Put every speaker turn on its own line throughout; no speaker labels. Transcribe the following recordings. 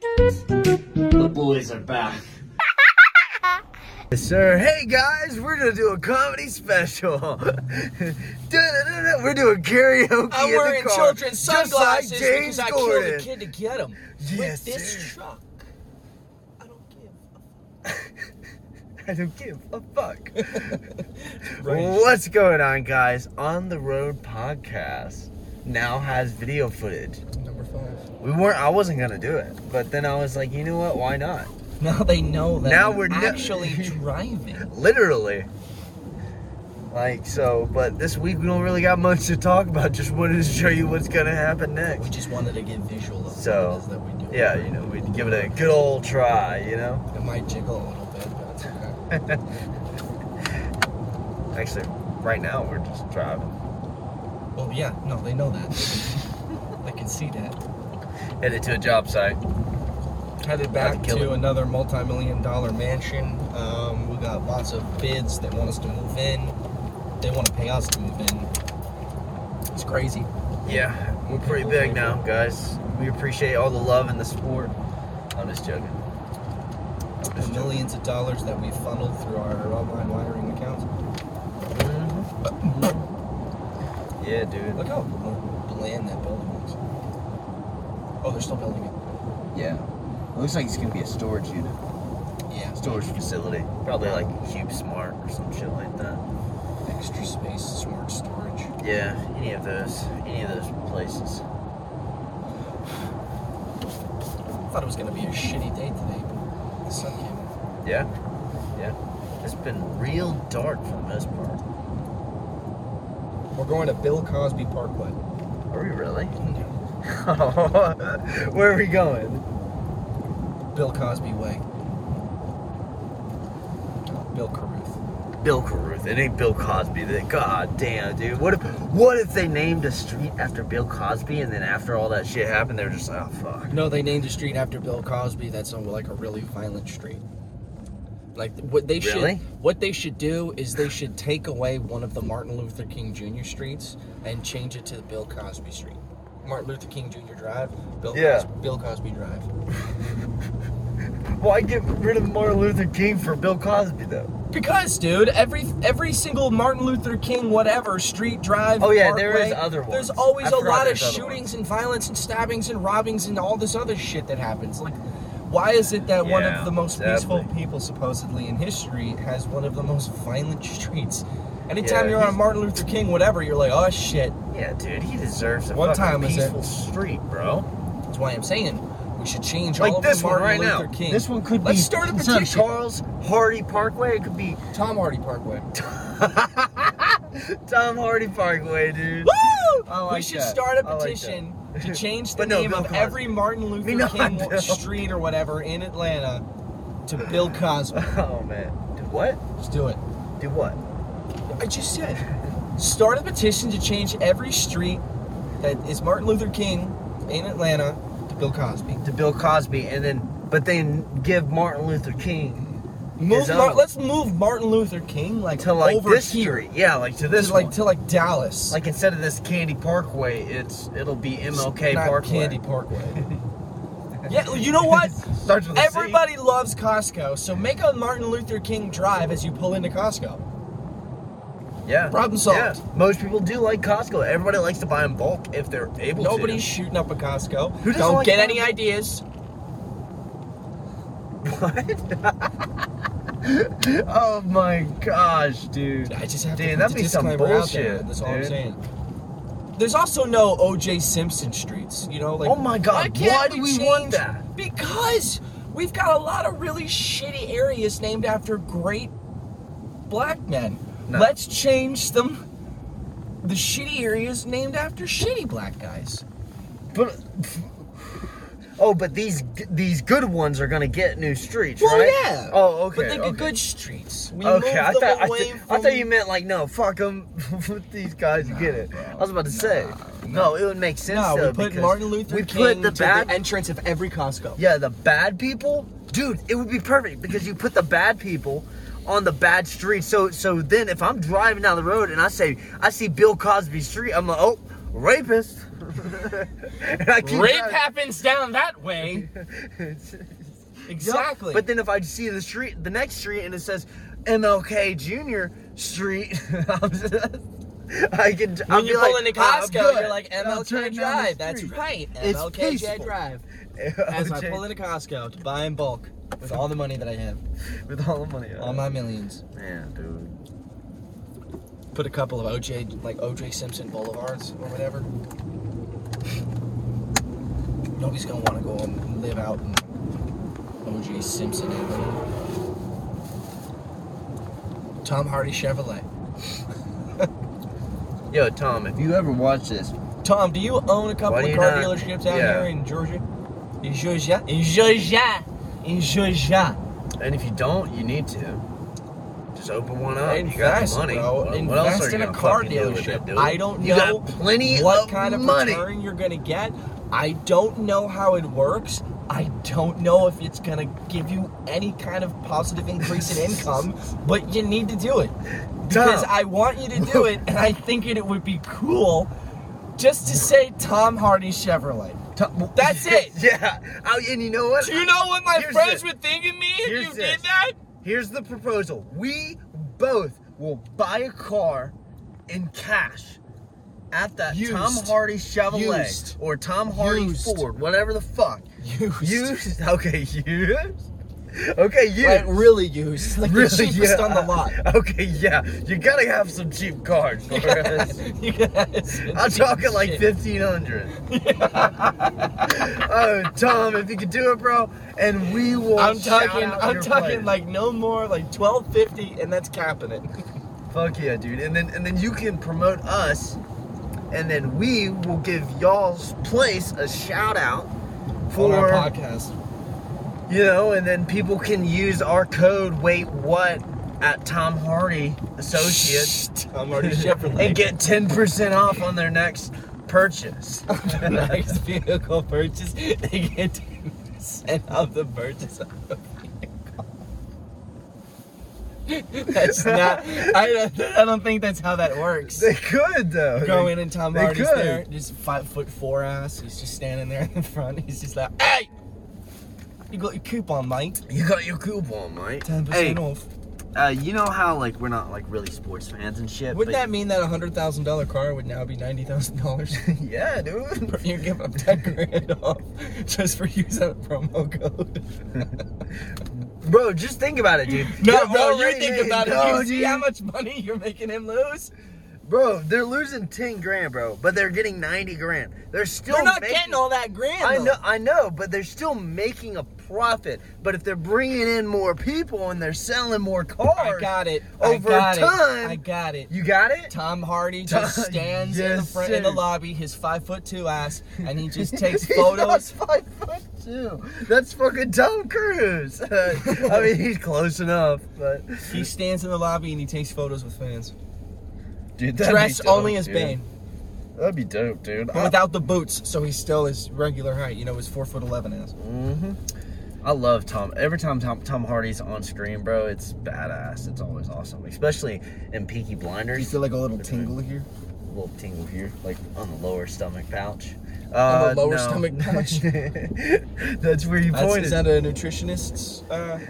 The boys are back.
Yes, sir. Hey guys, we're gonna do a comedy special. Da-da-da-da. we're doing karaoke
I'm
in the
wearing
car,
children's
just like
sunglasses
James
because I killed
Gordon.
a kid to get him.
Yes,
With this
sir.
truck, I don't give
I don't give a fuck.
a right.
What's going on, guys? On the Road podcast now has video footage.
Number five.
We weren't. I wasn't gonna do it, but then I was like, you know what? Why not?
Now they know that
Now
I'm
we're no-
actually driving.
Literally. Like so, but this week we don't really got much to talk about. Just wanted to show you what's gonna happen next.
We just wanted to get visual of
So,
what it is that we do.
Yeah, you know, we'd give it a good old try, you know?
It might jiggle a little bit, but it's okay.
Actually, right now we're just driving.
Well, Oh, yeah, no, they know that. I can see that.
Headed to a job site.
Headed back
Gotta kill
to
it.
another multi-million dollar mansion. Um, we got lots of bids. They want us to move in. They want to pay us to move in. It's crazy.
Yeah, we're pretty big now, guys. We appreciate all the love and the support. I'm just joking. I'm
The
just joking.
millions of dollars that we funneled through our online wiring accounts.
Mhm. Yeah, dude.
Look how bland that building looks. Oh, they're still building it.
Yeah. Looks like it's gonna be a storage unit.
Yeah,
Storage facility. Probably like Cube Smart or some shit like that.
extra space, smart storage.
Yeah, any of those. Any of those places.
Thought it was gonna be a shitty day today, but the sun came. out.
Yeah, yeah. It's been real dark for the most part.
We're going to Bill Cosby Parkway.
Are we really?
Mm-hmm.
Where are we going?
Bill Cosby way. Bill Carruth.
Bill Carruth. It ain't Bill Cosby. They- God damn, dude. What if what if they named a street after Bill Cosby and then after all that shit happened, they're just like, oh fuck.
No, they named a street after Bill Cosby. That's a, like a really violent street. Like what they
Really?
should what they should do is they should take away one of the Martin Luther King Jr. streets and change it to the Bill Cosby Street. Martin Luther King Jr. Drive, Bill
Yeah.
Cosby, Bill Cosby Drive.
Why get rid of Martin Luther King for Bill Cosby though?
Because, dude, every every single Martin Luther King whatever street drive.
Oh, yeah, there is
parkway,
other ones.
There's
I
always a
forgot
lot of
there's other
shootings and violence and stabbings and robbings and all this other shit that happens. Like, why is it that one
Yeah,
of the most peaceful
definitely.
people supposedly in history has one of the most violent streets? Anytime
Yeah,
you're on
he's-
Martin Luther King whatever, you're like, oh shit.
Yeah, dude, he deserves a
What
fucking
time is it?
peaceful street, bro.
That's why I'm saying we should change
Like
all of
this
the
one
Martin
right
Luther
now.
King.
This one could be
Let's start a
instead of
petition.
Charles Hardy Parkway. It could be
Tom Hardy Parkway.
Tom Hardy Parkway, dude.
Woo!
I like
we should
that.
start a
I like
petition to change the
But no,
name
Bill
of
Cosby.
every Martin Luther
mean, not
King
Bill.
street or whatever in Atlanta to Bill Cosby.
Oh man. Do what?
Let's do it.
Do what?
I just said, start a petition to change every street that is Martin Luther King in Atlanta to Bill Cosby.
To Bill Cosby, and then but then give Martin Luther King
Move.
His
Mar-
own.
let's move Martin Luther King like
um, to like
over
this
here,
street. Yeah, like to this
to, like
one.
to like Dallas,
like instead of this Candy Parkway, it's it'll be MLK
not
Parkway.
Candy Parkway. yeah, you know what?
Starts with a C.
Everybody loves Costco, so make a Martin Luther King drive as you pull into Costco.
Yeah.
Problem solved.
Yeah. Most people do like Costco. Everybody likes to buy in bulk if they're able
Nobody's
to.
shooting up a Costco.
Who doesn't
Don't
like
get
Costco?
any ideas.
Nobody's. Oh my gosh, dude.
I just have
Dude,
to put
that'd
the
be some
disclaimer out there.
bullshit,
That's all I'm
dude.
saying. There's also no O.J. Simpson streets. You know, like
Oh my God, why do we want that?
Because we've got a lot of really shitty areas named after great black men.
No.
Let's change them. The shitty areas named after shitty black guys.
But oh, but these these good ones are gonna get new streets,
Well,
right?
yeah.
Oh, okay.
But the
okay.
good streets. We
Okay,
moved
I
them
thought I,
away
th- I
from-
thought you meant like no, fuck them, these guys, you get it. I was about to say no, it would make sense.
No,
though,
we put
because
Martin Luther
we
King
put the
to
bad,
the entrance of every Costco.
yeah, the bad people, dude. It would be perfect because you put the bad people on the bad street. So so then if I'm driving down the road and I say I see Bill Cosby Street, I'm like, oh, rapist. and I keep
Rape
driving.
happens down that way.
Yup.
exactly.
But then if I see the street, the next street, and it says MLK Junior Street, I'm just- I can. When
when you pull into
"Ah,
Costco, you're like
turning
MLK
down the
Drive. That's
street."
right,
It's
MLK
peaceful.
Drive. As I pull into Costco to buy in bulk with all the money that I have,
with all the money.
all my millions.
man, dude.
Put a couple of OJ, like OJ Simpson boulevards or whatever. Nobody's gonna want to go and live out in OJ Simpson. Avenue. Tom Hardy Chevrolet.
Yo, Tom, if you ever watch this,
Tom, do you own a couple
Why do
of
you
car
not-
dealerships out
Yeah.
here in Georgia? In Georgia? In Georgia? In Georgia?
and if you don't, you need to. Just open one up. you got
Invest,
the money.
bro.
What,
Invest
what else are you
in a
gonna
car
fucking do with it,
dealership.
dude?
I don't
You
know
got plenty
what
of
kind of
money.
return you're gonna get. I don't know how it works. I don't know if it's gonna give you any kind of positive increase in income, but you need to do it because
Tom.
I want you to do it, and I think it, it would be cool just to say Tom Hardy Chevrolet.
Tom-
That's it.
yeah. Oh, and you know what?
Do you know what my
Here's
friends
this.
would think of me if
Here's
you
this.
did that?
Here's the proposal. We both will buy a car in cash at that
Used.
Tom Hardy Chevrolet
Used.
or Tom Hardy
Used.
Ford, whatever the fuck.
Used.
Used. Okay, used. Okay, used.
Like really used, like the cheapest on the lot.
Okay, yeah. You gotta have some cheap cars for us.
yes.
I'm talking like
Shit.
fifteen hundred. oh, Tom, if you could do it, bro, and we will.
I'm
shout
talking.
out
I'm
your
talking
players.
like no more like 1250, and that's capping it.
Fuck yeah, dude. And then and then you can promote us, and then we will give y'all's place a shout out
For
for
podcast.
you know, and then people can use our code. Wait, what? At Tom Hardy Associates
I'm already Chevrolet.
and get ten percent off on their next purchase.
next vehicle purchase. They get 10 percent of the purchase of the vehicle. That's not. I don't, I don't think that's how that works.
they could though.
Go
They-
in and Tom
they
Hardy's
could.
there, just five foot four ass. He's just standing there in the front. He's just like, hey, you got your coupon, mate.
You got your coupon, mate.
Ten
Hey,
percent off.
uh, you know how like we're not like really sports fans and shit.
Wouldn't that
but-
mean that a hundred thousand dollar car would now be ninety thousand dollars?
yeah, dude.
you give up ten grand off just for using a promo code.
Bro, just think about it, dude.
No,
You're
bro, you
already-
think about
No,
it. You see
dude.
how much money you're making him lose?
Bro, they're losing ten grand, bro, but they're getting ninety grand. They're still
You're not
making,
getting all that grand.
I
though.
know, I know, but they're still making a profit. But if they're bringing in more people and they're selling more
Oh
cars,
I got it.
Over
I got It.
time-
I got it.
you got it.
Tom Hardy
Tom-
just stands in the
Yes,
front in the
sir.
lobby, his five foot two ass, and he just takes
He's
photos.
not five foot two. That's fucking Tom Cruise. I mean, he's close enough, but
He stands in the lobby and he takes photos with fans.
dude,
Dressed only as Bane,
That'd be dope, dude.
but without the boots, so he's still his regular height. You know, his four foot eleven ass.
hmm I love Tom. Every time Tom Tom Hardy's on screen, bro, it's badass. It's always awesome, especially in Peaky
Do you
Blinders.
feel like a little tingle here?
A little tingle here, like on the lower stomach pouch.
On the
Uh,
lower
no.
stomach pouch?
That's where you
That's,
pointed.
is that a nutritionist's uh,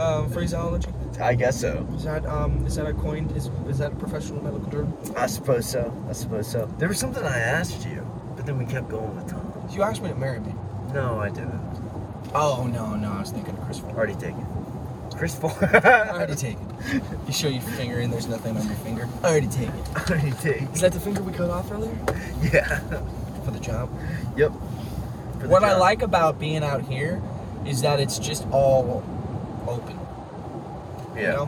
uh, phraseology?
I guess so.
Is that um, is that a coin? Is is that a professional medical term?
I suppose so. I suppose so. There was something I asked you, but then we kept going with Tom.
You asked me to marry me.
No, I didn't.
Oh no, no, I was thinking of Chris Farley.
Already taken. Chris Ford.
I already take it. You show your finger and there's nothing on your finger. I already take it.
Already taken.
Is that the finger we cut off earlier?
Yeah.
For the job.
Yep. For the
What I
job.
like about being out here is that it's just all open.
Yeah.
You know?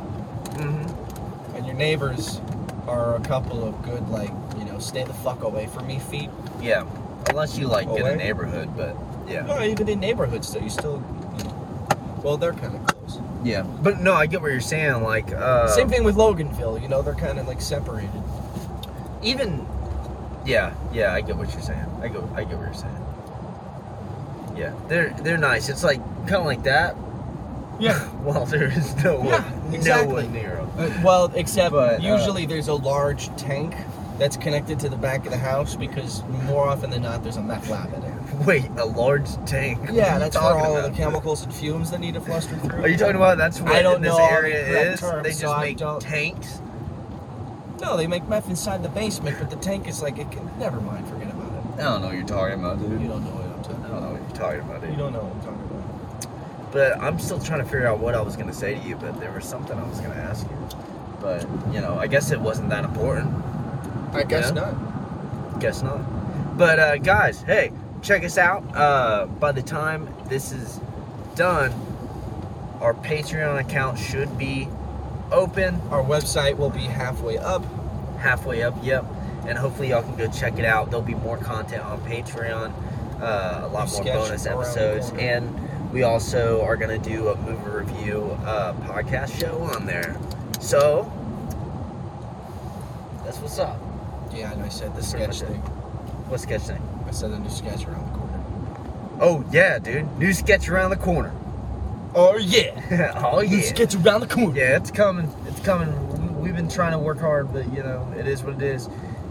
hmm
And your neighbors are a couple of good, like, you know, stay the fuck away from me feet.
Yeah, unless you like in
Away?
a neighborhood, but yeah,
No, even in neighborhoods, though, you still, you know, well, they're kind of close.
yeah. But no, I get what you're saying. Like, uh,
Same thing with Loganville, you know, they're kind of like separated.
Even, yeah, yeah. I get what you're saying. I go, I get what you're saying. Yeah, they're they're nice. It's like kind of like that,
Yeah.
Well, there is no one,
Yeah,
no
exactly.
one near him.
Uh, well, except
But, uh,
usually there's a large tank that's connected to the back of the house because more often than not there's a meth lab in it.
Wait, a large tank? What are
Yeah,
you
that's where
talking
all
about?
the chemicals and fumes that need to fluster through.
Are you talking about that's what
I don't
this
know all the
area
correct
is?
terms,
they just
so I
make
don't-
tanks.
No, they make meth inside the basement, but the tank is like it can. Never mind, forget about
I don't know what you're talking about,
it. You
dude.
don't know what I'm
I
talking.
don't know what you're talking about, dude.
You don't know what I'm talking about.
But I'm still trying to figure out what I was gonna say to you. But there was something I was gonna ask you. But you know, I guess it wasn't that important.
I guess
Yeah?
not.
Guess not. But uh, guys, hey, check us out. Uh, by the time this is done, our Patreon account should be open.
Our website will be halfway up.
halfway up. Yep. And hopefully y'all can go check it out. There'll be more content on Patreon, uh, a lot
New
more
sketch
bonus
around the
episodes,
corner.
and we also are gonna do a movie review uh, podcast show on there. So that's what's up.
Yeah, and I said the
Pretty
sketch
much it.
thing.
What sketch thing?
I said a new sketch around the corner.
Oh yeah, dude. New sketch around the corner.
Oh yeah,
oh
new
yeah.
sketch around the corner.
Yeah, it's coming. It's coming. We've been trying to work hard, but you know, it is what it is.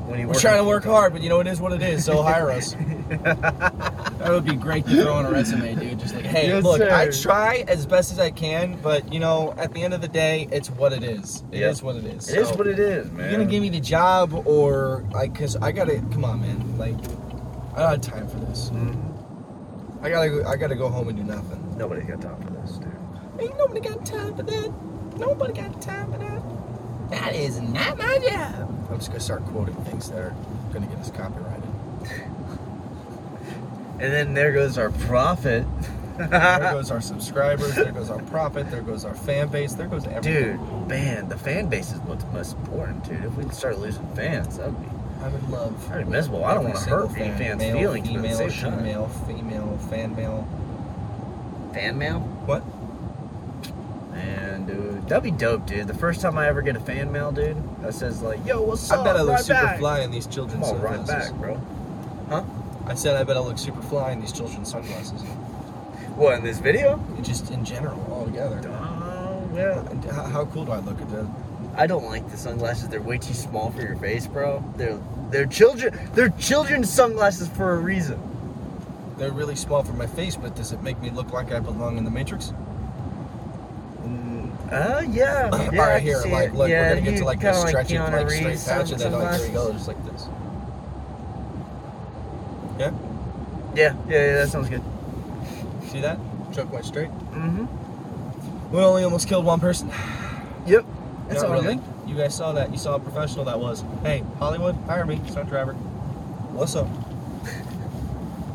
When you
We're trying to work hard, but you know it is what it is. So hire us. that would be great to throw on a resume, dude. Just like, hey,
Yes,
look,
sir.
I try as best as I can, but you know, at the end of the day, it's what it is. It is
Yep.
what it is.
It is
So,
what it is, man.
You're gonna give me the job, or like, cause I gotta. Come on, man. Like, I don't have time for this.
Mm,
I gotta. go- I gotta go home and do nothing.
nobody's got time for this, dude.
Ain't nobody got time for that. Nobody got time for that. That is not my job. I'm just gonna start quoting things that are gonna get us copyrighted.
And then there goes our profit.
there goes our subscribers, there goes our profit, there goes our fan base, there goes everything.
dude, man, the fan base is what's most important, dude. If we start losing fans, that'd be
I would love.
pretty miserable. I don't
every
want to
single
hurt any fans'
fan, male,
feelings, but at
Female,
the same time,
female, female, fan mail.
fan mail?
What?
Man, dude, that'd be dope, dude. The first time I ever get a fan mail, dude, that says like, "Yo, what's
I
up?"
bet I look
Oh, right
super
back.
fly in these children's
Come on, right
sunglasses.
back, bro.
I said I bet I look super fly in these children's sunglasses.
What in this video?
Just in general, altogether.
Oh, yeah.
And How, how cool do I look at that?
I don't like the sunglasses. They're way too small for your face, bro. They're they're children. They're children's sunglasses for a reason.
They're really small for my face, but does it make me look like I belong in the Matrix?
Mm, Uh, yeah.
All
yeah I
right,
can
here,
see
like,
it.
look,
Yeah,
we're gonna get
you
to like
kinda
this stretchy,
Keanu
like straight
Reeves
patch, and then like, there you go,
sunglasses.
just like this.
Yeah, yeah, yeah, that sounds good.
See that? Choke went straight.
Mm-hmm.
We only almost killed one person.
Yep. That's
Not
all
really.
good.
You guys saw that. You saw how professional that was. Hey, Hollywood, hire me, stunt driver. What's up?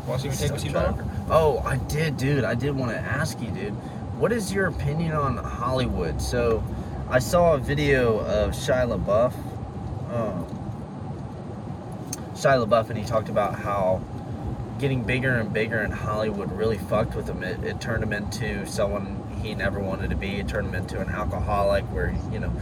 Want to see me take a
Stuff
seat
driver. Oh, I did, dude. I did want to ask you, dude. What is your opinion on Hollywood? So, I saw a video of Shia LaBeouf. Um, Shia LaBeouf, and he talked about how getting bigger and bigger in Hollywood really fucked with him. It, it turned him into someone he never wanted to be. It turned him into an alcoholic, where you know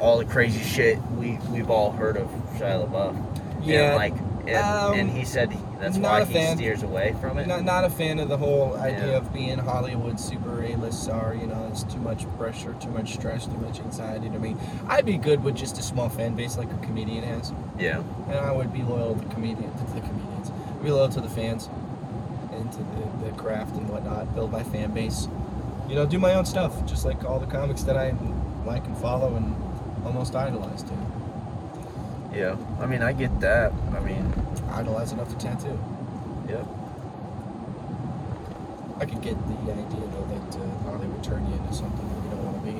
all the crazy shit we we've all heard of Shia LaBeouf.
Yeah,
and like, and,
um,
and he said he- that's
not
why
a
he
fan.
steers away from it.
Not, not a fan of the whole idea
Yeah.
of being Hollywood super A-list star. You know, it's too much pressure, too much stress, too much anxiety to me. I'd be good with just a small fan base like a comedian has,
Yeah.
and I would be loyal to the comedian, to the comedians, be loyal to the fans, and to the, the craft and whatnot. Build my fan base. You know, do my own stuff, just like all the comics that I like and follow and almost idolize too.
Yeah. I mean, I get that. I mean,
Idolize enough to tattoo.
yeah.
I could get the idea though that uh, Hollywood turn you into something that you don't want to be.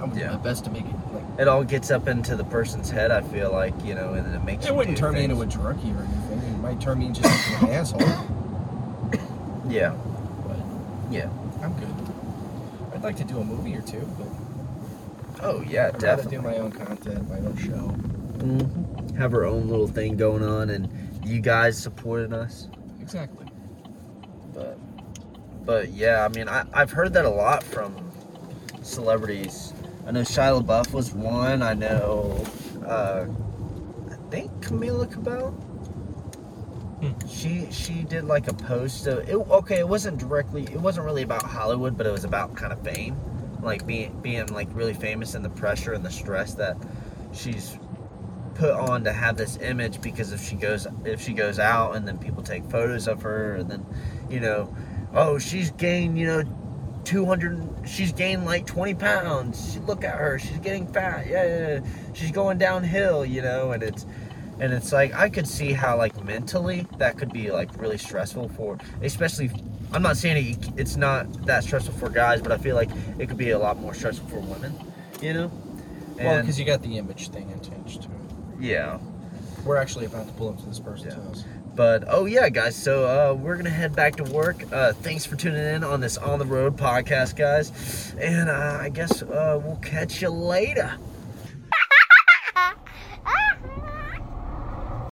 I'm gonna
Yeah.
do my best to make it like.
It all gets up into the person's head. I feel like you know, and it makes.
It wouldn't turn me into a drunkie or anything. It might turn me just into an asshole.
a. Yeah.
But
Yeah.
I'm good. I'd like to do a movie or two, but
Oh yeah,
I'd rather
definitely.
do my own content, my own show.
Mhm. Have our own little thing going on, and you guys supported us.
Exactly.
But, but yeah, I mean, I, I've heard that a lot from celebrities. I know Shia LaBeouf was one. I know, uh, I think Camila Cabello. She she did like a post. So it, okay, it wasn't directly. It wasn't really about Hollywood, but it was about kind of fame, like being being like really famous and the pressure and the stress that she's put on to have this image because if she goes if she goes out and then people take photos of her and then you know oh she's gained you know 200 she's gained like 20 pounds She- look at her she's getting fat yeah, yeah, yeah she's going downhill you know and it's and it's like i could see how like mentally that could be like really stressful for especially i'm not saying it, it's not that stressful for guys but i feel like it could be a lot more stressful for women you know
Well,
And-
because you got the image thing attached to it.
yeah
We're actually about to pull up to this person's
Yeah.
house.
But oh yeah, guys. So uh, we're gonna head back to work. Uh, thanks for tuning in on this on the road podcast, guys. And uh, I guess uh, we'll catch you later.